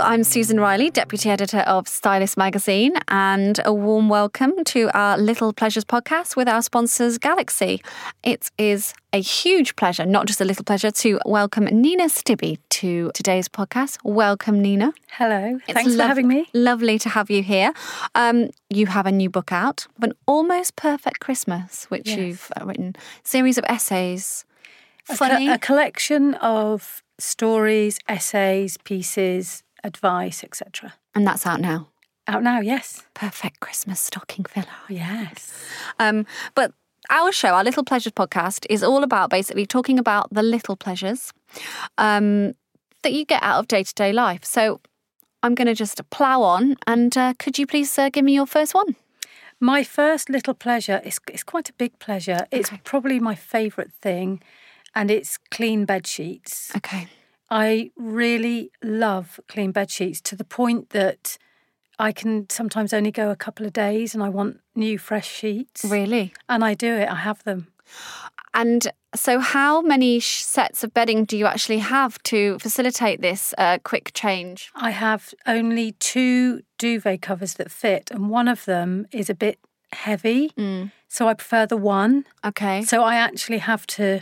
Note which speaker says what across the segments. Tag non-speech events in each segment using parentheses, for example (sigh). Speaker 1: I'm Susan Riley, Deputy Editor of Stylist Magazine, and a warm welcome to our Little Pleasures podcast with our sponsors, Galaxy. It is a huge pleasure, not just a little pleasure, to welcome Nina Stibbe to today's podcast. Welcome, Nina.
Speaker 2: Hello.
Speaker 1: It's
Speaker 2: Thanks for
Speaker 1: lov-
Speaker 2: having me.
Speaker 1: Lovely to have you here. Um, you have a new book out, An Almost Perfect Christmas, which
Speaker 2: Yes.
Speaker 1: you've uh, written, series of essays.
Speaker 2: A co-
Speaker 1: Funny.
Speaker 2: A, collection of stories, essays, pieces, advice, etc.
Speaker 1: and that's out now.
Speaker 2: Out now, yes.
Speaker 1: Perfect Christmas stocking filler.
Speaker 2: Yes.
Speaker 1: Um, but our show, our Little Pleasures podcast, is all about basically talking about the little pleasures um, that you get out of day to day life. So I'm going to just plow on. And uh, could you please uh, give me your first one?
Speaker 2: My first little pleasure is it's quite a big pleasure. It's probably my favourite thing, and it's clean bed sheets.
Speaker 1: Okay.
Speaker 2: I really love clean bed sheets to the point that I can sometimes only go a couple of days and I want new fresh sheets.
Speaker 1: Really?
Speaker 2: And I do it. I have them.
Speaker 1: And so, how many sh- sets of bedding do you actually have to facilitate this uh, quick change?
Speaker 2: I have only two duvet covers that fit, and one of them is a bit heavy, so I prefer the one.
Speaker 1: Mm. Okay.
Speaker 2: So I actually have to,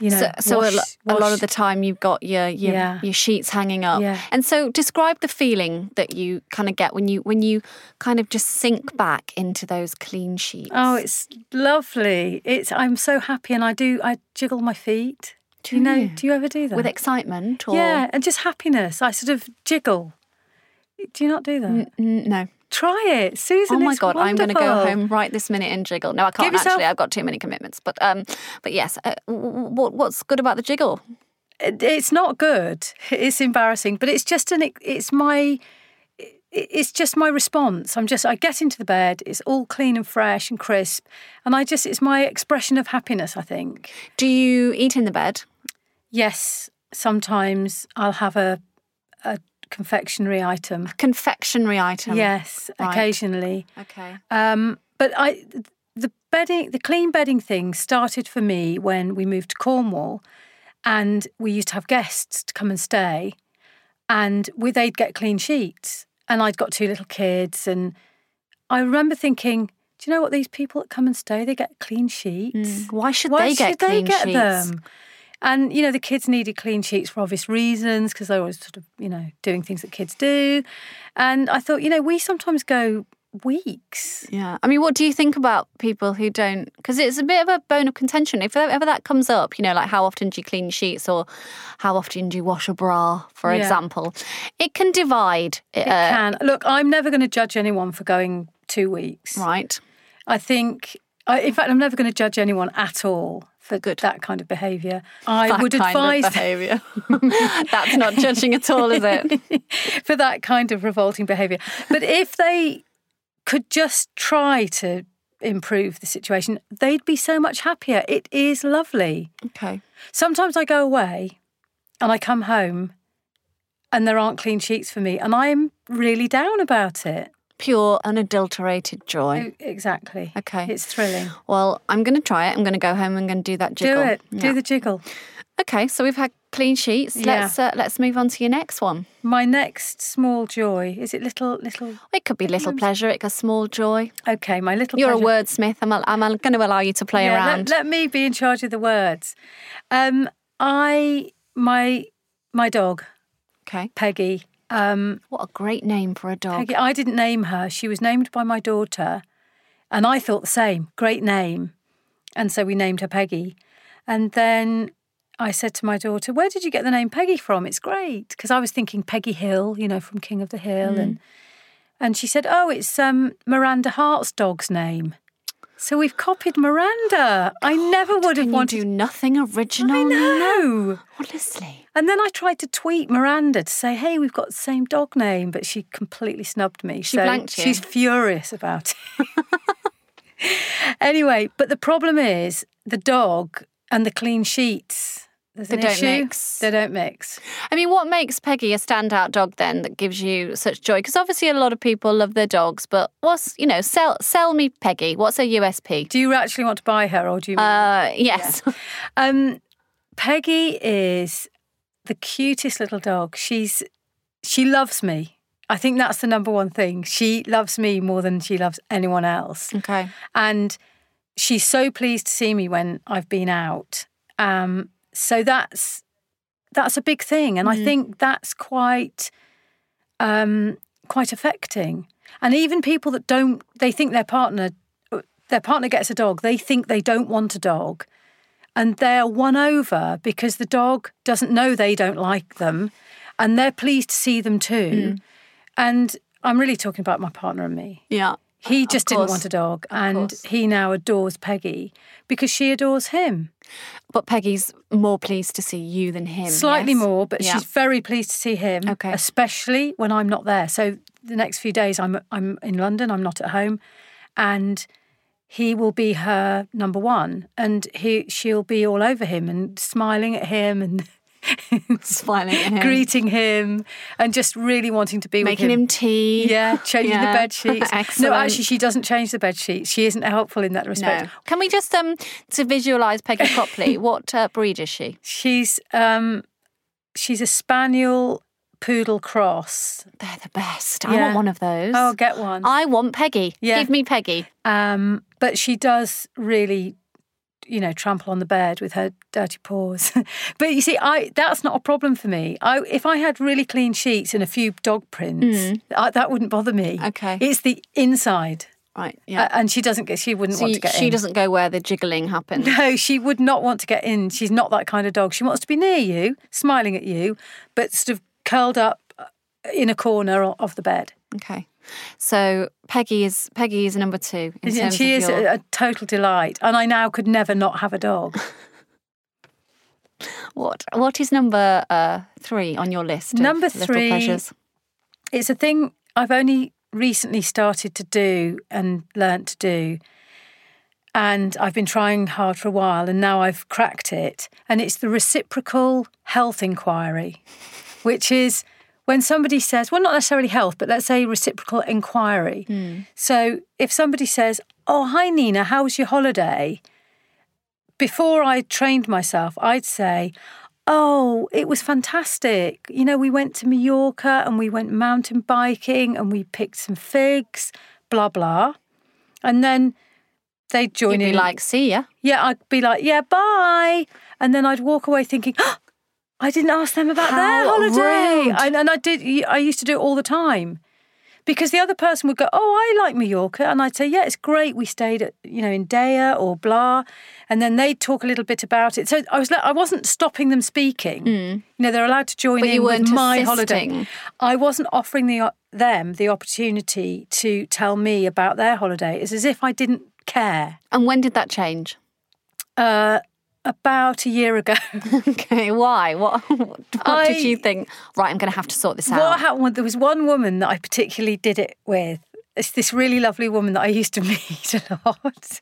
Speaker 2: you know,
Speaker 1: So, so a,
Speaker 2: Uh, wash,
Speaker 1: lo- a lot
Speaker 2: wash-
Speaker 1: of the time you've got your your,
Speaker 2: Yeah.
Speaker 1: your sheets hanging up.
Speaker 2: Yeah.
Speaker 1: And so describe the feeling that you kind of get when you when you kind of just sink back into those clean sheets.
Speaker 2: Oh, it's lovely. It's I'm so happy, and I do I jiggle my feet. Do you know?
Speaker 1: you?
Speaker 2: Do you ever do that?
Speaker 1: with excitement or
Speaker 2: yeah, and just happiness. I sort of jiggle. Do you not do that?
Speaker 1: Mm, no.
Speaker 2: Try it, Susan.
Speaker 1: oh my
Speaker 2: it's
Speaker 1: god, I'm going to go
Speaker 2: wonderful.
Speaker 1: home right this minute and jiggle. No, I can't
Speaker 2: yourself-
Speaker 1: actually. I've got too many commitments. But um but yes, uh, w- w- what what's good about the jiggle?
Speaker 2: it- it's not good. It's embarrassing, but it's just an. It's my. it- It's just my response. I'm just. I get into the bed. It's all clean and fresh and crisp, and I just. It's my expression of happiness. I think.
Speaker 1: Do you eat in the bed?
Speaker 2: Yes, sometimes I'll have a a confectionery item.
Speaker 1: Confectionery item.
Speaker 2: Yes,
Speaker 1: Um, Right.
Speaker 2: occasionally.
Speaker 1: Okay.
Speaker 2: Um, but I, the bedding, the clean bedding thing started for me when we moved to Cornwall, and we used to have guests to come and stay, and we, they'd get clean sheets, and I'd got two little kids, and I remember thinking, do you know what? These people that come and stay, they get clean sheets.
Speaker 1: Why Mm. should
Speaker 2: Why
Speaker 1: they get
Speaker 2: should they
Speaker 1: clean
Speaker 2: get
Speaker 1: sheets?
Speaker 2: them? And you know, the kids needed clean sheets for obvious reasons because they were sort of you know doing things that kids do. And I thought, you know, we sometimes go weeks.
Speaker 1: Yeah. I mean, what do you think about people who don't? Because it's a bit of a bone of contention. If ever that comes up, you know, like how often do you clean sheets or how often do you wash a bra, for
Speaker 2: Yeah.
Speaker 1: example, it can divide. uh,
Speaker 2: Can look, I'm never going to judge anyone for going two weeks.
Speaker 1: right.
Speaker 2: I think, I, in fact, I'm never going to judge anyone at all for that kind of behaviour. I
Speaker 1: That
Speaker 2: would
Speaker 1: kind
Speaker 2: advise
Speaker 1: of behaviour.
Speaker 2: (laughs)
Speaker 1: That's not judging at all, is it?
Speaker 2: for that kind of revolting behaviour. But if they could just try to improve the situation, they'd be so much happier. It is lovely.
Speaker 1: Okay.
Speaker 2: Sometimes I go away and I come home and there aren't clean sheets for me, and I'm really down about it.
Speaker 1: Pure, unadulterated joy.
Speaker 2: E- Exactly.
Speaker 1: Mm. Okay.
Speaker 2: It's thrilling.
Speaker 1: Well, I'm going to try it. I'm going to go home. I'm going to do that jiggle.
Speaker 2: Oh. Do it.
Speaker 1: Yeah.
Speaker 2: Do the jiggle.
Speaker 1: okay. So we've had clean sheets.
Speaker 2: Yeah.
Speaker 1: Let's uh, let's move on to your next one.
Speaker 2: My next small joy is it little little
Speaker 1: It could be
Speaker 2: Mm.
Speaker 1: little pleasure. It could small joy.
Speaker 2: okay, my little
Speaker 1: You're
Speaker 2: pleasure.
Speaker 1: a wordsmith. I'm, al- I'm going to allow you to play
Speaker 2: Yeah, let-
Speaker 1: around.
Speaker 2: Let, me be in charge of the words. Um, I my my dog
Speaker 1: okay.
Speaker 2: Peggy. Um,
Speaker 1: What a great name for a dog.
Speaker 2: Peggy. I didn't name her. She was named by my daughter, and I thought the same. Great name, and so we named her Peggy. And then I said to my daughter, "Where did you get the name Peggy from? It's great." Because I was thinking Peggy Hill, you know, from King of the Hill,
Speaker 1: Hmm.
Speaker 2: and and she said, "Oh, it's um, Miranda Hart's dog's name." So we've copied Miranda. I never would have
Speaker 1: Can you
Speaker 2: wanted
Speaker 1: do nothing original?
Speaker 2: I know.
Speaker 1: Honestly.
Speaker 2: And then I tried to tweet Miranda to say, "Hey, we've got the same dog name," but she completely snubbed me. She so
Speaker 1: blanked you.
Speaker 2: She's furious about it. (laughs) anyway, but the problem is the dog and the clean sheets. There's
Speaker 1: They
Speaker 2: an
Speaker 1: don't
Speaker 2: issue.
Speaker 1: mix.
Speaker 2: They don't mix.
Speaker 1: I mean, what makes Peggy a standout dog then that gives you such joy? Because obviously a lot of people love their dogs, but what's, you know, sell, sell me Peggy. What's her USP?
Speaker 2: Do you actually want to buy her, or do you?
Speaker 1: Uh,
Speaker 2: (laughs)
Speaker 1: yes.
Speaker 2: Um, Peggy is the cutest little dog. She's she loves me. I think that's the number one thing. She loves me more than she loves anyone else.
Speaker 1: Okay.
Speaker 2: And she's so pleased to see me when I've been out. Um, so that's that's a big thing, and I think that's quite um, quite affecting. And even people that don't, they think their partner their partner gets a dog. They think they don't want a dog, and they're won over because the dog doesn't know they don't like them, and they're pleased to see them too. And I'm really talking about my partner and me.
Speaker 1: Yeah.
Speaker 2: He just didn't
Speaker 1: course.
Speaker 2: want a dog, and
Speaker 1: course.
Speaker 2: he now adores Peggy because she adores him
Speaker 1: But Peggy's more pleased to see you than him.
Speaker 2: slightly
Speaker 1: yes?
Speaker 2: more, but
Speaker 1: Yeah.
Speaker 2: she's very pleased to see him,
Speaker 1: Okay.
Speaker 2: especially when I'm not there. So the next few days, I'm I'm in London, I'm not at home, and he will be her number one, and he she'll be all over him and smiling at him and (laughs)
Speaker 1: smiling (laughs) at him,
Speaker 2: greeting him and just really wanting to be
Speaker 1: making
Speaker 2: with him.
Speaker 1: him tea.
Speaker 2: yeah,
Speaker 1: (laughs)
Speaker 2: changing
Speaker 1: Yeah.
Speaker 2: the bed sheets.
Speaker 1: Excellent.
Speaker 2: No, actually, she doesn't change the bed sheets. She isn't helpful in that respect.
Speaker 1: No. Can we just um to visualize Peggy
Speaker 2: (laughs)
Speaker 1: properly? what uh, breed is she?
Speaker 2: She's um, she's a spaniel poodle cross.
Speaker 1: They're the best. I
Speaker 2: Yeah.
Speaker 1: want one of those.
Speaker 2: Oh, get one.
Speaker 1: I want Peggy.
Speaker 2: Yeah.
Speaker 1: Give me Peggy.
Speaker 2: Um, but she does really, you know, trample on the bed with her dirty paws. (laughs) but you see, I that's not a problem for me. I if I had really clean sheets and a few dog prints, I, that wouldn't bother me.
Speaker 1: Hmm. Okay.
Speaker 2: it's the inside,
Speaker 1: Right.
Speaker 2: Uh,
Speaker 1: Yeah.
Speaker 2: and she doesn't get. She wouldn't
Speaker 1: so
Speaker 2: want
Speaker 1: you-
Speaker 2: to get
Speaker 1: she
Speaker 2: in.
Speaker 1: doesn't go where the jiggling happens.
Speaker 2: No, she would not want to get in. She's not that kind of dog. She wants to be near you, smiling at you, but sort of curled up uh, in a corner o- of the bed.
Speaker 1: Okay. So Peggy is Peggy is number two. In
Speaker 2: And
Speaker 1: terms
Speaker 2: she
Speaker 1: of
Speaker 2: is uh,
Speaker 1: your-
Speaker 2: a, a total delight. And I now could never not have a
Speaker 1: (laughs)
Speaker 2: dog.
Speaker 1: What What is number uh, three on your list? of
Speaker 2: Number
Speaker 1: little
Speaker 2: three-
Speaker 1: pleasures.
Speaker 2: it's a thing I've only recently started to do and learnt to do. And I've been trying hard for a while and now I've cracked it. And it's the reciprocal health inquiry, which is when somebody says, well, not necessarily health, but let's say reciprocal inquiry.
Speaker 1: Hmm.
Speaker 2: So if somebody says, oh, hi, Nina, how was your holiday? before I trained myself, I'd say, Oh, it was fantastic. You know, we went to Mallorca and we went mountain biking and we picked some figs, blah, blah. And then they'd join
Speaker 1: You'd be
Speaker 2: in.
Speaker 1: like, see ya.
Speaker 2: yeah, I'd be like, yeah, bye. And then I'd walk away thinking, oh, I didn't ask them about
Speaker 1: How
Speaker 2: their holiday.
Speaker 1: rude.
Speaker 2: And, and I did, I used to do it all the time because the other person would go, "Oh, I like Mallorca," and I'd say, "Yeah, it's great. We stayed at you know in Dea or blah," and then they'd talk a little bit about it. So I was I wasn't stopping them speaking. You know, they're allowed to join
Speaker 1: Mm. But
Speaker 2: in
Speaker 1: you
Speaker 2: with
Speaker 1: weren't
Speaker 2: my
Speaker 1: assisting.
Speaker 2: holiday. I wasn't offering the them the opportunity to tell me about their holiday. It's as if I didn't care.
Speaker 1: And when did that change? (laughs)
Speaker 2: Uh, about a year ago. (laughs)
Speaker 1: Okay, why? What, (laughs) what
Speaker 2: I-
Speaker 1: did you think? Right, I'm going to have to sort this out.
Speaker 2: What happened? was- There was one woman that I particularly did it with. It's this really lovely woman that I used to (laughs) meet a lot,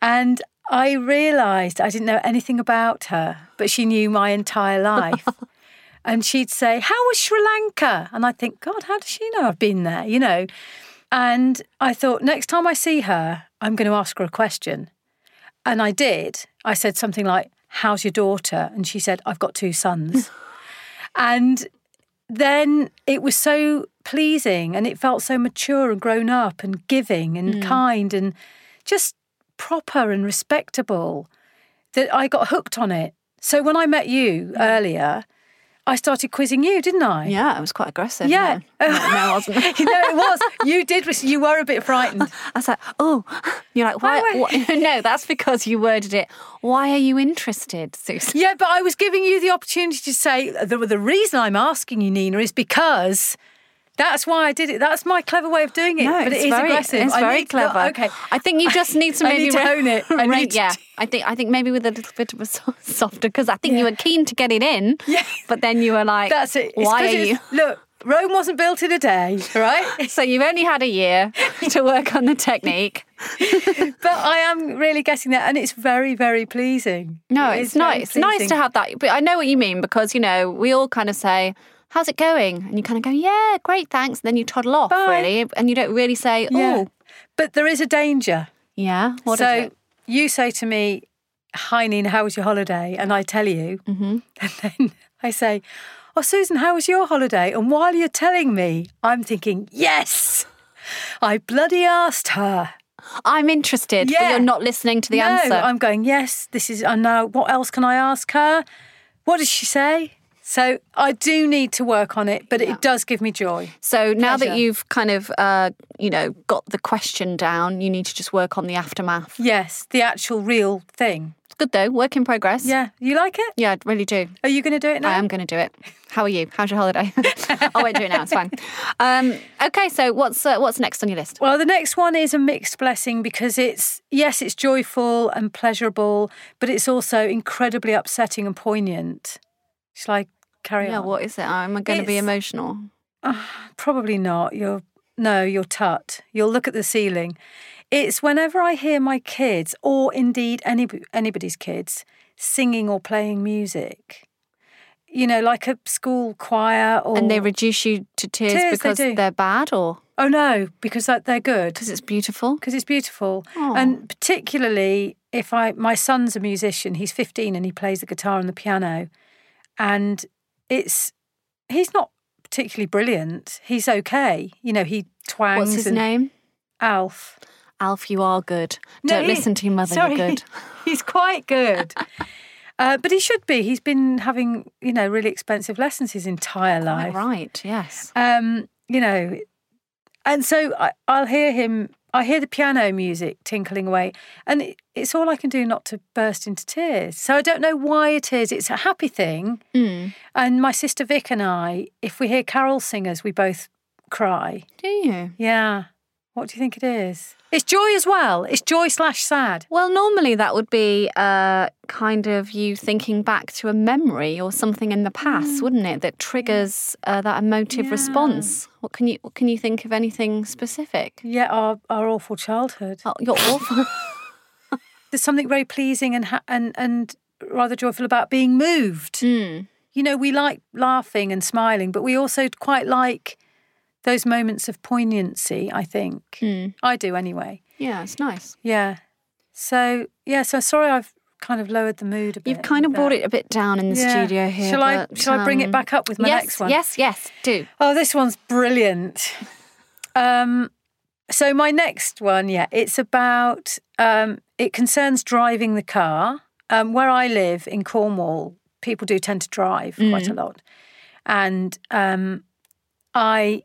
Speaker 2: and I realised I didn't know anything about her, but she knew my entire life.
Speaker 1: (laughs)
Speaker 2: and she'd say, "How was Sri Lanka?" And I'd think, "God, how does she know I've been there?" You know. And I thought, next time I see her, I'm going to ask her a question. And I did. I said something like, How's your daughter? And she said, I've got two sons. and then it was so pleasing and it felt so mature and grown up and giving and
Speaker 1: Mm.
Speaker 2: kind and just proper and respectable that I got hooked on it. So when I met you
Speaker 1: Mm.
Speaker 2: earlier, I started quizzing you, didn't I?
Speaker 1: yeah, it was quite aggressive.
Speaker 2: Yeah.
Speaker 1: No, no, no, I
Speaker 2: (laughs)
Speaker 1: wasn't.
Speaker 2: you know, it was. You did. You were a bit
Speaker 1: (laughs)
Speaker 2: frightened.
Speaker 1: I was like, oh, (gasps) you're like, why?
Speaker 2: Why (laughs)
Speaker 1: why- (laughs) no, that's because you worded it. Why are you interested, Susan?
Speaker 2: Yeah, but I was giving you the opportunity to say the, the reason I'm asking you, Nina, is because that's why I did it. That's my clever way of doing it.
Speaker 1: No,
Speaker 2: but
Speaker 1: it's
Speaker 2: it is
Speaker 1: very,
Speaker 2: aggressive.
Speaker 1: It's
Speaker 2: I
Speaker 1: very
Speaker 2: need to-
Speaker 1: clever.
Speaker 2: okay.
Speaker 1: I think you just need to
Speaker 2: I
Speaker 1: maybe
Speaker 2: need to
Speaker 1: re-
Speaker 2: own
Speaker 1: (laughs)
Speaker 2: it.
Speaker 1: re-
Speaker 2: I need to- (laughs)
Speaker 1: yeah, I think I think maybe with a little bit of a so- (laughs) softer because I think you were keen to get it in.
Speaker 2: Yeah.
Speaker 1: But then you were like,
Speaker 2: That's it. It's
Speaker 1: Why
Speaker 2: 'cause
Speaker 1: are
Speaker 2: it's-
Speaker 1: you?
Speaker 2: Look, Rome wasn't built in a day,
Speaker 1: (laughs)
Speaker 2: right?
Speaker 1: So you've only had a
Speaker 2: (laughs)
Speaker 1: year to work on the technique.
Speaker 2: but I am really getting that, and it's very, very pleasing.
Speaker 1: No,
Speaker 2: It
Speaker 1: it's
Speaker 2: is very
Speaker 1: nice. It's nice
Speaker 2: pleasing.
Speaker 1: to have that. But I know what you mean because, you know, we all kind of say, How's it going? And you kind of go, Yeah, great, thanks. And then you toddle off,
Speaker 2: Bye.
Speaker 1: really. And you don't really say, Oh,
Speaker 2: Yeah.
Speaker 1: yeah.
Speaker 2: But there is a danger.
Speaker 1: What is
Speaker 2: so
Speaker 1: it?
Speaker 2: you say to me,
Speaker 1: Mm-hmm.
Speaker 2: (laughs) "Hi Nina, how was your holiday?" And I tell you, and then I say, Oh, Susan, how was your holiday? And while you're telling me, I'm thinking, Yes, I bloody asked her.
Speaker 1: I'm interested, but
Speaker 2: Yeah.
Speaker 1: you're not listening to the
Speaker 2: no,
Speaker 1: answer.
Speaker 2: I'm going, Yes, this is, I know. What else can I ask her? What does she say? So I do need to work on it, but it does give me joy.
Speaker 1: so now that
Speaker 2: Pleasure.
Speaker 1: you've kind of, uh, you know, got the question down, you need to just work on the aftermath.
Speaker 2: Yes, the actual real thing.
Speaker 1: It's good though, work in progress.
Speaker 2: Yeah. You like it?
Speaker 1: Yeah, I really do.
Speaker 2: Are you going to do it now?
Speaker 1: I am going to do it. How are you? How's your holiday? (laughs) I won't do it now. It's fine. Um, okay, so what's uh, what's next on your list?
Speaker 2: Well, the next one is a mixed blessing because it's, yes, it's joyful and pleasurable, but it's also incredibly upsetting and poignant. Shall I carry
Speaker 1: Yeah,
Speaker 2: on?
Speaker 1: what is it? I'm going to be
Speaker 2: It's-
Speaker 1: emotional.
Speaker 2: Probably not. You're, no, you're tut. You'll look at the ceiling. It's whenever I hear my kids, or indeed any, anybody's kids, singing or playing music. You know, like a school choir or.
Speaker 1: And they reduce you to tears,
Speaker 2: Tears, they
Speaker 1: because
Speaker 2: do.
Speaker 1: are bad or
Speaker 2: oh, no, because that, they're good.
Speaker 1: because it's beautiful.
Speaker 2: because it's beautiful. And particularly if I, my son's a musician. He's 15 and he plays the guitar and the piano, and it's he's not particularly brilliant. He's okay. You know, he twangs.
Speaker 1: What's his
Speaker 2: and
Speaker 1: name?
Speaker 2: Alf.
Speaker 1: Alf, you are good.
Speaker 2: No,
Speaker 1: Don't
Speaker 2: he-
Speaker 1: listen to your mother.
Speaker 2: Sorry,
Speaker 1: You're good.
Speaker 2: he's
Speaker 1: (laughs)
Speaker 2: quite good. Uh, but he should be. He's been having, you know, really expensive lessons his entire (laughs) life.
Speaker 1: Right.
Speaker 2: (laughs)
Speaker 1: Yes.
Speaker 2: um, you know, and so I, I'll hear him. I hear the piano music tinkling away, and it, it's all I can do not to burst into tears. So I don't know why it is. It's a happy thing,
Speaker 1: Mm.
Speaker 2: and my sister Vic and I, if we hear carol singers, we both cry.
Speaker 1: Do you?
Speaker 2: Yeah, what do you think it is? It's joy as well. It's joy slash sad.
Speaker 1: Well, normally that would be uh, kind of you thinking back to a memory or something in the past, wouldn't it? That triggers uh, that emotive
Speaker 2: Mm. Yeah.
Speaker 1: response. What can you? What can you think of anything specific?
Speaker 2: Yeah, our our awful childhood.
Speaker 1: Oh, you're
Speaker 2: (laughs)
Speaker 1: awful.
Speaker 2: There's something very pleasing and ha- and and rather joyful about being moved.
Speaker 1: mm.
Speaker 2: you know, we like laughing and smiling, but we also quite like those moments of poignancy, I think.
Speaker 1: Mm.
Speaker 2: I do anyway.
Speaker 1: Yeah, it's nice.
Speaker 2: Yeah. So, yeah, so sorry I've kind of lowered the mood a bit.
Speaker 1: You've kind of
Speaker 2: with
Speaker 1: brought
Speaker 2: that.
Speaker 1: it a bit down in the
Speaker 2: Yeah.
Speaker 1: studio here.
Speaker 2: Shall I,
Speaker 1: but,
Speaker 2: shall I bring it
Speaker 1: um,
Speaker 2: back up with my
Speaker 1: yes,
Speaker 2: next one?
Speaker 1: Yes, yes, do.
Speaker 2: Oh, this one's brilliant. Um, so my next one, yeah, it's about um, it concerns driving the car. Um, where I live in Cornwall, people do tend to drive quite a lot, and um, I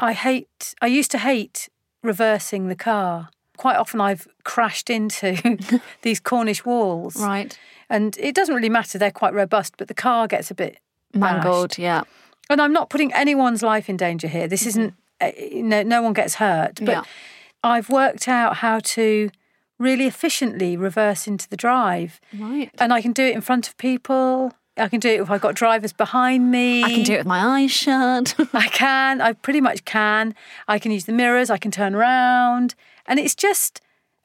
Speaker 2: I hate I used to hate reversing the car. Quite often, I've crashed into (laughs) these Cornish walls,
Speaker 1: Right.
Speaker 2: and it doesn't really matter; they're quite robust, but the car gets a bit
Speaker 1: Mangled, yeah.
Speaker 2: and I'm not putting anyone's life in danger here. This isn't uh, no no one gets hurt, but
Speaker 1: Mm-hmm. Yeah.
Speaker 2: I've worked out how to really efficiently reverse into the drive,
Speaker 1: Right.
Speaker 2: and I can do it in front of people. I can do it if I've got drivers behind me.
Speaker 1: I can do it with my eyes shut. (laughs)
Speaker 2: I can. I pretty much can. I can use the mirrors. I can turn around, and it's just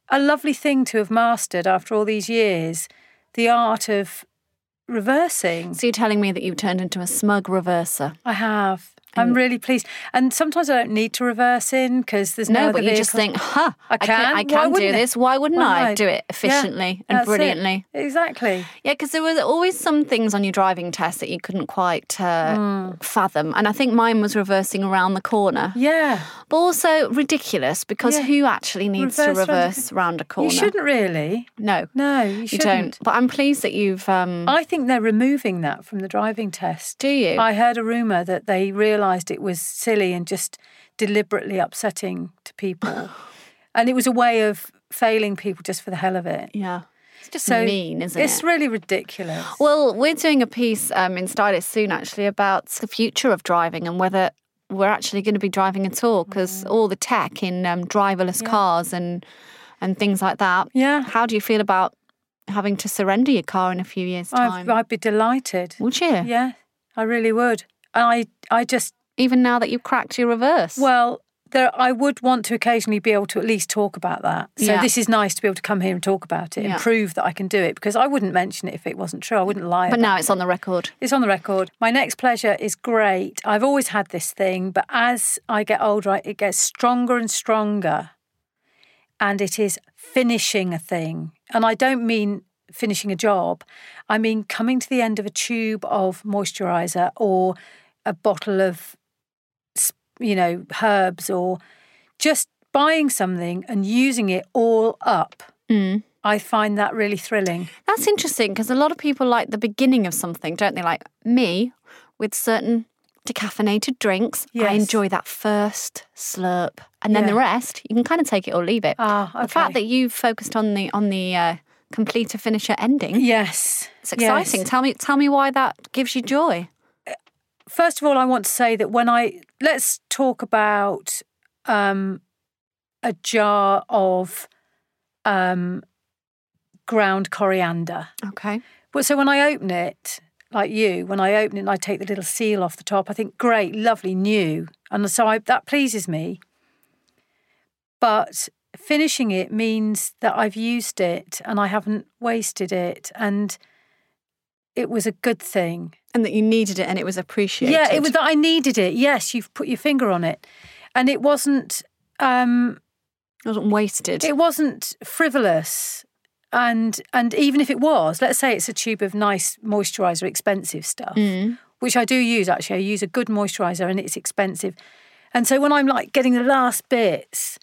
Speaker 2: a lovely thing to have mastered after all these years. The art of reversing.
Speaker 1: so you're telling me that you've turned into a smug reverser?
Speaker 2: I have. I'm really pleased. And sometimes I don't need to reverse in because there's no,
Speaker 1: No,
Speaker 2: other
Speaker 1: but you just
Speaker 2: vehicle.
Speaker 1: think, huh,
Speaker 2: I can.
Speaker 1: I
Speaker 2: Why
Speaker 1: can do
Speaker 2: wouldn't it?
Speaker 1: this. Why wouldn't
Speaker 2: Why
Speaker 1: I
Speaker 2: not?
Speaker 1: do it
Speaker 2: Yeah,
Speaker 1: efficiently and
Speaker 2: that's it.
Speaker 1: brilliantly? (sighs)
Speaker 2: Exactly.
Speaker 1: Yeah, because there were always some things on your driving test that you couldn't quite uh,
Speaker 2: Hmm.
Speaker 1: fathom. And I think mine was reversing around the corner.
Speaker 2: Yeah.
Speaker 1: But also ridiculous because
Speaker 2: Yeah.
Speaker 1: who actually needs to
Speaker 2: Reverse round a
Speaker 1: reverse round a corner?
Speaker 2: You shouldn't really.
Speaker 1: No.
Speaker 2: No, you
Speaker 1: You
Speaker 2: shouldn't.
Speaker 1: don't. But I'm pleased that you've. Um,
Speaker 2: I think they're removing that from the driving test.
Speaker 1: do you?
Speaker 2: I heard a rumour that they realised it was silly and just deliberately upsetting to
Speaker 1: (sighs)
Speaker 2: people. and it was a way of failing people just for the hell of it.
Speaker 1: yeah. It's just
Speaker 2: So
Speaker 1: mean, isn't
Speaker 2: it's
Speaker 1: it?
Speaker 2: really ridiculous.
Speaker 1: Well, we're doing a piece um, in Stylist soon, actually, about the future of driving and whether we're actually going to be driving at all, because
Speaker 2: Mm.
Speaker 1: all the tech in um, driverless cars and and things like that.
Speaker 2: Yeah.
Speaker 1: How do you feel about having to surrender your car in a few years'
Speaker 2: I've,
Speaker 1: time?
Speaker 2: I'd be delighted.
Speaker 1: Would you?
Speaker 2: Yeah, I really would. And I, I just
Speaker 1: Even now that you've cracked your reverse.
Speaker 2: Well, there, I would want to occasionally be able to at least talk about that. So
Speaker 1: Yeah.
Speaker 2: this is nice to be able to come here and talk about it
Speaker 1: Yeah.
Speaker 2: and prove that I can do it because I wouldn't mention it if it wasn't true. I wouldn't lie.
Speaker 1: but
Speaker 2: about
Speaker 1: now it's on the record.
Speaker 2: it's on the record. My next pleasure is great. I've always had this thing, but as I get older, I- it gets stronger and stronger. And it is finishing a thing. And I don't mean finishing a job, I mean coming to the end of a tube of moisturizer or a bottle of, s- you know, herbs or just buying something and using it all up.
Speaker 1: Mm.
Speaker 2: I find that really thrilling.
Speaker 1: That's interesting because a lot of people like the beginning of something, don't they? Like me with certain decaffeinated drinks. I
Speaker 2: Yes.
Speaker 1: enjoy that first slurp. And then the
Speaker 2: Yeah.
Speaker 1: rest, you can kind of take it or leave it.
Speaker 2: Ah, okay.
Speaker 1: The fact that you focused on the on the uh, completer finisher ending,
Speaker 2: yes,
Speaker 1: it's exciting.
Speaker 2: yes.
Speaker 1: Tell me tell me why that gives you joy.
Speaker 2: First of all, I want to say that when I let's talk about um, a jar of um, ground coriander.
Speaker 1: Okay.
Speaker 2: But so when I open it, like you, when I open it and I take the little seal off the top, I think, great, lovely, new. And so I, that pleases me. But finishing it means that I've used it and I haven't wasted it. And it was a good thing.
Speaker 1: And that you needed it and it was appreciated.
Speaker 2: Yeah, it was that I needed it. Yes, you've put your finger on it. And it wasn't um,
Speaker 1: It wasn't wasted.
Speaker 2: it wasn't frivolous. And and even if it was, let's say it's a tube of nice moisturizer, expensive stuff, which I do use actually. I use a good moisturizer and it's expensive. And so when I'm like getting the last bits,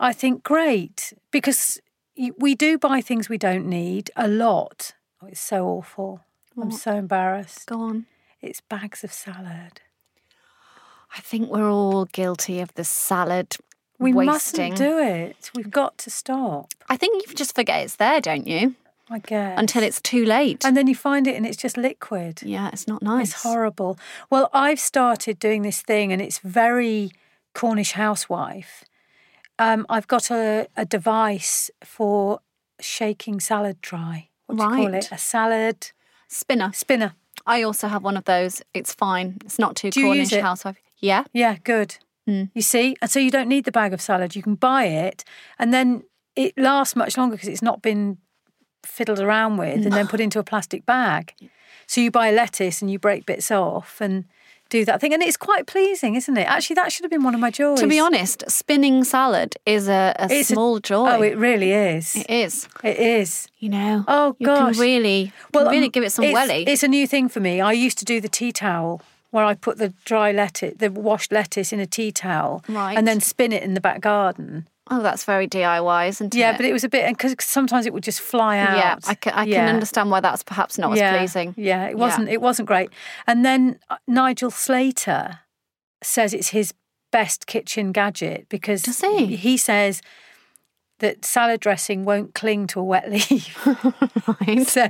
Speaker 2: I think great because you, we do buy things we don't need a lot. Oh, it's so awful. I'm so embarrassed.
Speaker 1: Go on.
Speaker 2: It's bags of salad.
Speaker 1: I think we're all guilty of the salad
Speaker 2: We
Speaker 1: wasting.
Speaker 2: mustn't do it. We've got to stop.
Speaker 1: I think you just forget it's there, don't you?
Speaker 2: I guess
Speaker 1: Until it's too late.
Speaker 2: and then you find it and it's just liquid.
Speaker 1: yeah, it's not nice.
Speaker 2: It's horrible. Well, I've started doing this thing, and it's very Cornish housewife. Um, I've got a, a device for shaking salad dry. What do you call
Speaker 1: Right.
Speaker 2: it? A salad
Speaker 1: Spinner.
Speaker 2: spinner.
Speaker 1: I also have one of those. It's fine. It's not too
Speaker 2: Do you
Speaker 1: Cornish
Speaker 2: use it?
Speaker 1: housewife. Yeah.
Speaker 2: Yeah, good.
Speaker 1: Hmm.
Speaker 2: You see, and so you don't need the bag of salad. You can buy it, and then it lasts much longer because it's not been fiddled around with and then put into a plastic bag. So you buy lettuce and you break bits off and do that thing, and it's quite pleasing, isn't it? Actually, that should have been one of my joys.
Speaker 1: To be honest, spinning salad is a, a
Speaker 2: It's a-
Speaker 1: small joy.
Speaker 2: oh, it really is.
Speaker 1: it is.
Speaker 2: It is.
Speaker 1: You know.
Speaker 2: Oh,
Speaker 1: you
Speaker 2: gosh.
Speaker 1: can really, you can really
Speaker 2: um,
Speaker 1: give it some
Speaker 2: it's,
Speaker 1: welly.
Speaker 2: It's a new thing for me. I used to do the tea towel where I put the dry lettuce, the washed lettuce in a tea towel,
Speaker 1: Right.
Speaker 2: and then spin it in the back garden.
Speaker 1: oh, that's very DIY, isn't
Speaker 2: Yeah,
Speaker 1: it?
Speaker 2: but it was a bit because sometimes it would just fly out.
Speaker 1: yeah, I can, I
Speaker 2: Yeah.
Speaker 1: can understand why that's perhaps not
Speaker 2: yeah.
Speaker 1: as pleasing.
Speaker 2: Yeah, it wasn't. It wasn't great. And then uh, Nigel Slater says it's his best kitchen gadget because
Speaker 1: Does he?
Speaker 2: he says that salad dressing won't cling to a wet (laughs) leaf.
Speaker 1: (laughs) Right.
Speaker 2: so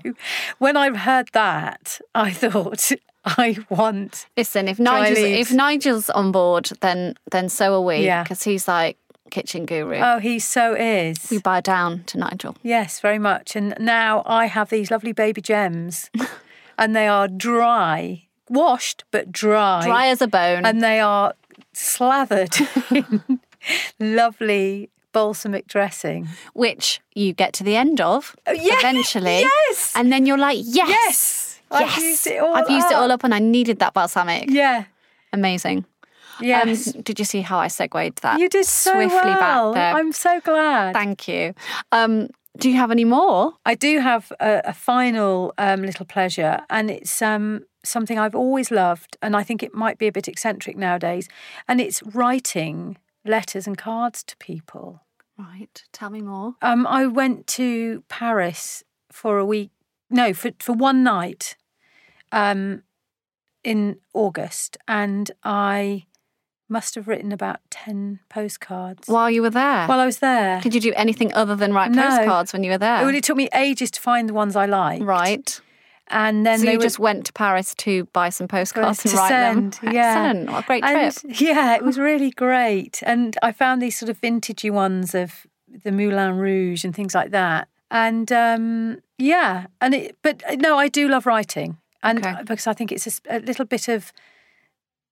Speaker 2: when I heard that, I thought (laughs) I want.
Speaker 1: (laughs) Listen, if
Speaker 2: Dry
Speaker 1: Nigel's
Speaker 2: leaves.
Speaker 1: if Nigel's on board, then then so are we.
Speaker 2: Yeah.
Speaker 1: Because he's like kitchen guru.
Speaker 2: Oh, he so is.
Speaker 1: we bow down to Nigel.
Speaker 2: Yes, very much. And now I have these lovely
Speaker 1: (laughs)
Speaker 2: baby gems, and they are dry, washed but dry,
Speaker 1: Dry as a bone.
Speaker 2: and they are slathered
Speaker 1: (laughs)
Speaker 2: in lovely balsamic dressing.
Speaker 1: which you get to the end of
Speaker 2: Oh, yeah,
Speaker 1: eventually.
Speaker 2: yes.
Speaker 1: And then you're like, yes.
Speaker 2: Yes, I've
Speaker 1: yes,
Speaker 2: used it all
Speaker 1: I've used it
Speaker 2: up."
Speaker 1: all up and I needed that balsamic.
Speaker 2: Yeah,
Speaker 1: Amazing. Um,
Speaker 2: yes.
Speaker 1: did you see how I segued that?
Speaker 2: you did so
Speaker 1: swiftly back
Speaker 2: well.
Speaker 1: there.
Speaker 2: I'm so glad.
Speaker 1: Thank you. Um, do you have any more?
Speaker 2: I do have a, a final um, little pleasure, and it's um, something I've always loved, and I think it might be a bit eccentric nowadays, and it's writing letters and cards to people.
Speaker 1: Right. Tell me more.
Speaker 2: Um, I went to Paris for a week, no, for, for one night um, in August, and I must have written about 10 postcards.
Speaker 1: While you were there,
Speaker 2: While I was there,
Speaker 1: did you do anything other than write
Speaker 2: No.
Speaker 1: postcards when you were
Speaker 2: it
Speaker 1: there?
Speaker 2: really took me ages to find the ones I liked.
Speaker 1: right.
Speaker 2: And then
Speaker 1: so
Speaker 2: they
Speaker 1: you
Speaker 2: were-
Speaker 1: just went to Paris to buy some postcards
Speaker 2: to
Speaker 1: and write them.
Speaker 2: send, yeah.
Speaker 1: Excellent. What a great trip.
Speaker 2: And yeah, it was really great. And I found these sort of vintagey ones of the Moulin Rouge and things like that. And um, yeah, and it, but uh, no, I do love writing, and
Speaker 1: Okay.
Speaker 2: because I think it's a, s- a little bit of,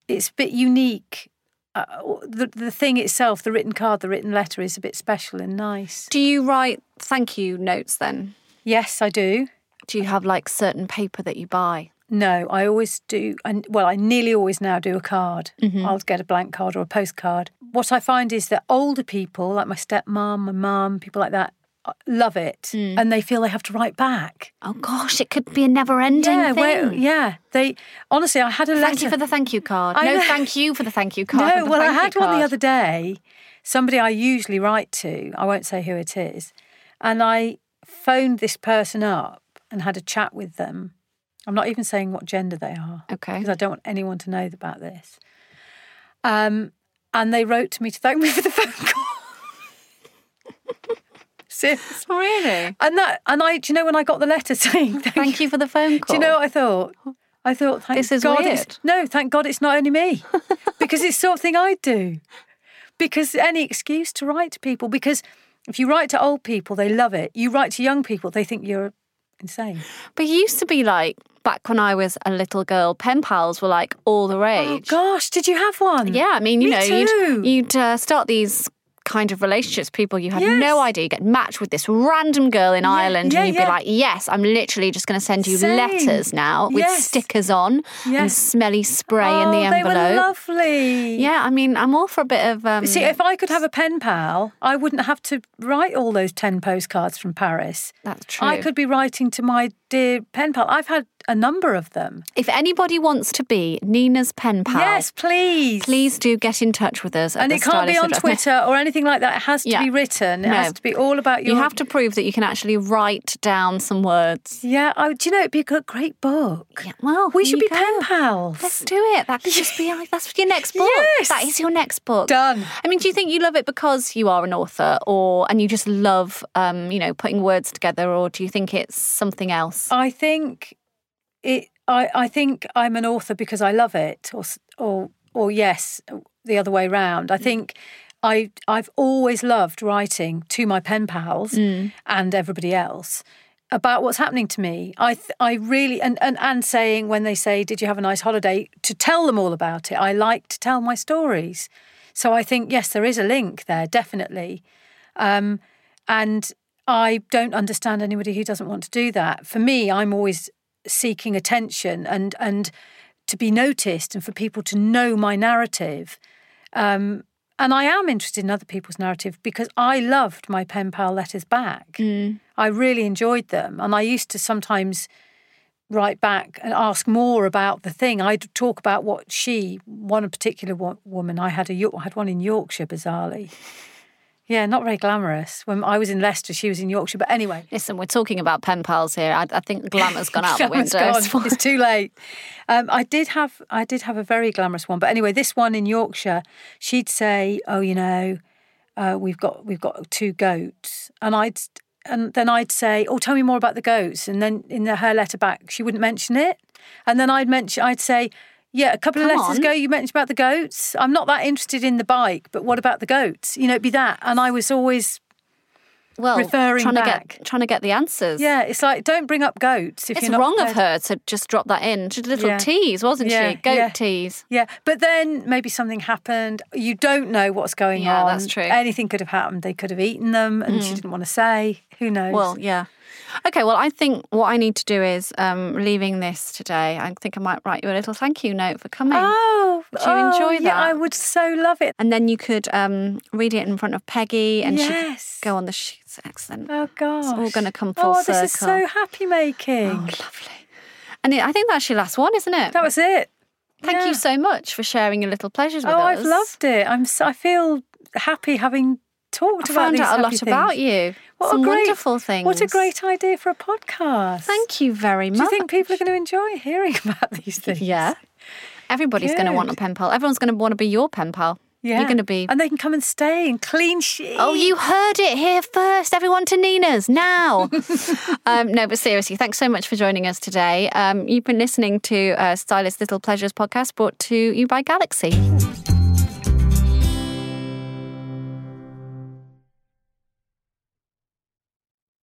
Speaker 2: it's a bit unique. Uh, the the thing itself, the written card, the written letter, is a bit special and nice.
Speaker 1: Do you write thank you notes then?
Speaker 2: Yes, I do.
Speaker 1: Do you have like certain paper that you buy?
Speaker 2: No, I always do. And well, I nearly always now do a card.
Speaker 1: Mm-hmm.
Speaker 2: I'll get a blank card or a postcard. What I find is that older people, like my stepmom, my mum, people like that, love it
Speaker 1: Mm.
Speaker 2: and they feel they have to write back.
Speaker 1: Oh gosh, it could be a never-ending
Speaker 2: yeah,
Speaker 1: thing.
Speaker 2: where- yeah. They honestly, I had a
Speaker 1: Thank
Speaker 2: letter.
Speaker 1: you for the thank you card.
Speaker 2: I
Speaker 1: no,
Speaker 2: know.
Speaker 1: thank you for the thank you card.
Speaker 2: (laughs) no,
Speaker 1: the
Speaker 2: well, I
Speaker 1: thank you
Speaker 2: had one the
Speaker 1: card.
Speaker 2: other day. Somebody I usually write to, I won't say who it is, and I phoned this person up and had a chat with them. I'm not even saying what gender they are.
Speaker 1: Okay.
Speaker 2: because I don't want anyone to know about this. Um, and they wrote to me to thank me (laughs) for the phone call. Seriously.
Speaker 1: Really?
Speaker 2: And that, and I, do you know when I got the letter (laughs) saying thank,
Speaker 1: Thank you for the phone
Speaker 2: Do
Speaker 1: call.
Speaker 2: you know what I thought? I thought, thank
Speaker 1: This is
Speaker 2: God
Speaker 1: weird.
Speaker 2: it's no, thank God it's not
Speaker 1: (laughs)
Speaker 2: only me, because it's the sort of thing I do. Because any excuse to write to people, because if you write to old people, they love it. You write to young people, they think you're insane.
Speaker 1: But it used to be like back when I was a little girl, pen pals were like all the
Speaker 2: Oh
Speaker 1: rage.
Speaker 2: gosh, did you have one?
Speaker 1: Yeah, I mean, you
Speaker 2: Me
Speaker 1: know,
Speaker 2: too.
Speaker 1: you'd, you'd uh, start these kind of relationships, people you had
Speaker 2: Yes.
Speaker 1: no idea. You get matched with this random girl in Ireland,
Speaker 2: yeah,
Speaker 1: and you'd
Speaker 2: yeah.
Speaker 1: be like, yes, I'm literally just going to send you
Speaker 2: Same.
Speaker 1: letters now with
Speaker 2: Yes.
Speaker 1: stickers on and
Speaker 2: Yes.
Speaker 1: smelly spray in
Speaker 2: oh,
Speaker 1: the
Speaker 2: they
Speaker 1: envelope.
Speaker 2: were lovely.
Speaker 1: yeah, I mean, I'm all for a bit of. Um,
Speaker 2: See, if I could have a pen pal, I wouldn't have to write all those 10 postcards from Paris.
Speaker 1: that's true.
Speaker 2: I could be writing to my dear pen pal. I've had a number of them.
Speaker 1: If anybody wants to be Nina's pen pal,
Speaker 2: Yes, please.
Speaker 1: please do get in touch with us. at
Speaker 2: And
Speaker 1: the
Speaker 2: it can't be
Speaker 1: Stylist
Speaker 2: on
Speaker 1: Address.
Speaker 2: Twitter or anything like that. It has to
Speaker 1: Yeah.
Speaker 2: be written. It
Speaker 1: No.
Speaker 2: has to be all about your.
Speaker 1: You have to prove that you can actually write down some words.
Speaker 2: Yeah, I, do you know it'd be a good, great book?
Speaker 1: Yeah, well,
Speaker 2: we
Speaker 1: there
Speaker 2: should
Speaker 1: you go.
Speaker 2: be pen pals.
Speaker 1: Let's do it. That could just (laughs) be like that's your next book.
Speaker 2: Yes.
Speaker 1: That is your next book.
Speaker 2: Done.
Speaker 1: I mean, do you think you love it because you are an author, or and you just love, um, you know, putting words together, or do you think it's something else?
Speaker 2: I think it. I, I think I'm an author because I love it, or s- or or yes, the other way round. I think I I've always loved writing to my pen pals and everybody else about what's happening to me. I th- I really and, and and saying when they say, "Did you have a nice holiday?" to tell them all about it. I like to tell my stories, so I think yes, there is a link there definitely and I don't understand anybody who doesn't want to do that. For me, I'm always seeking attention and and to be noticed and for people to know my narrative. Um, and I am interested in other people's narrative because I loved my pen pal letters back. I really enjoyed them, and I used to sometimes write back and ask more about the thing. I'd talk about what she, one particular wo- woman, I had a York- I had one in Yorkshire, bizarrely. Yeah, not very glamorous. When I was in Leicester, she was in Yorkshire. But anyway,
Speaker 1: Listen, we're talking about pen pals here. I, I think (laughs) glamour's gone (laughs) out the
Speaker 2: Glamour's
Speaker 1: window.
Speaker 2: gone. It's too late. Um, I did have I did have a very glamorous one, but anyway, this one in Yorkshire, she'd say, "Oh, you know, uh, we've got we've got two goats," and I'd and then I'd say, "Oh, tell me more about the goats," and then in the, her letter back, she wouldn't mention it, and then I'd mention I'd say. Yeah, a couple of
Speaker 1: Come
Speaker 2: letters
Speaker 1: on.
Speaker 2: ago, you mentioned about the goats. I'm not that interested in the bike, but what about the goats? You know, it'd be that. And I was always,
Speaker 1: well,
Speaker 2: referring
Speaker 1: trying to
Speaker 2: back.
Speaker 1: get trying to get the answers.
Speaker 2: yeah, it's like, don't bring up goats if
Speaker 1: It's
Speaker 2: you're not
Speaker 1: wrong
Speaker 2: prepared
Speaker 1: of her to just drop that in. She did a little
Speaker 2: Yeah.
Speaker 1: tease, wasn't
Speaker 2: Yeah,
Speaker 1: she? Goat
Speaker 2: yeah.
Speaker 1: tease.
Speaker 2: Yeah, but then maybe something happened. You don't know what's going
Speaker 1: Yeah,
Speaker 2: on.
Speaker 1: that's true. Mm.
Speaker 2: Anything could have happened. They could have eaten them, and she didn't want to say. Who knows?
Speaker 1: Well, yeah. Okay, well, I think what I need to do is um, leaving this today. I think I might write you a little thank you note for coming.
Speaker 2: oh,
Speaker 1: you enjoy
Speaker 2: Yeah, I
Speaker 1: that?
Speaker 2: would so love it.
Speaker 1: And then you could um, read it in front of Peggy and
Speaker 2: Yes.
Speaker 1: she could go on the sheets. Excellent.
Speaker 2: Oh gosh,
Speaker 1: all gonna come full
Speaker 2: Oh, this is so
Speaker 1: circle. Oh,
Speaker 2: happy making.
Speaker 1: Lovely. And it, I think that's your last one, isn't it?
Speaker 2: that was it.
Speaker 1: Thank
Speaker 2: yeah.
Speaker 1: you so much for sharing your little pleasures with
Speaker 2: oh,
Speaker 1: us.
Speaker 2: I've loved it. I'm. So, I feel happy having talked
Speaker 1: I
Speaker 2: about
Speaker 1: found
Speaker 2: these
Speaker 1: out a
Speaker 2: happy
Speaker 1: lot
Speaker 2: things.
Speaker 1: about you.
Speaker 2: What
Speaker 1: Some
Speaker 2: a great,
Speaker 1: wonderful things.
Speaker 2: What a great idea for a podcast.
Speaker 1: Thank you very
Speaker 2: Do you
Speaker 1: much.
Speaker 2: think people are going to enjoy hearing (laughs) about these things?
Speaker 1: Yeah. Everybody's going to want a
Speaker 2: Good.
Speaker 1: pen pal. Everyone's going to want to be your pen pal.
Speaker 2: Yeah.
Speaker 1: You're going to be.
Speaker 2: And they can come and stay and clean sheets.
Speaker 1: Oh,
Speaker 2: (gasps)
Speaker 1: you heard it here first. Everyone to Nina's now.
Speaker 2: (laughs)
Speaker 1: um, no, but seriously, thanks so much for joining us today. Um, you've been listening to uh, Stylist Little Pleasures podcast brought to you by Galaxy.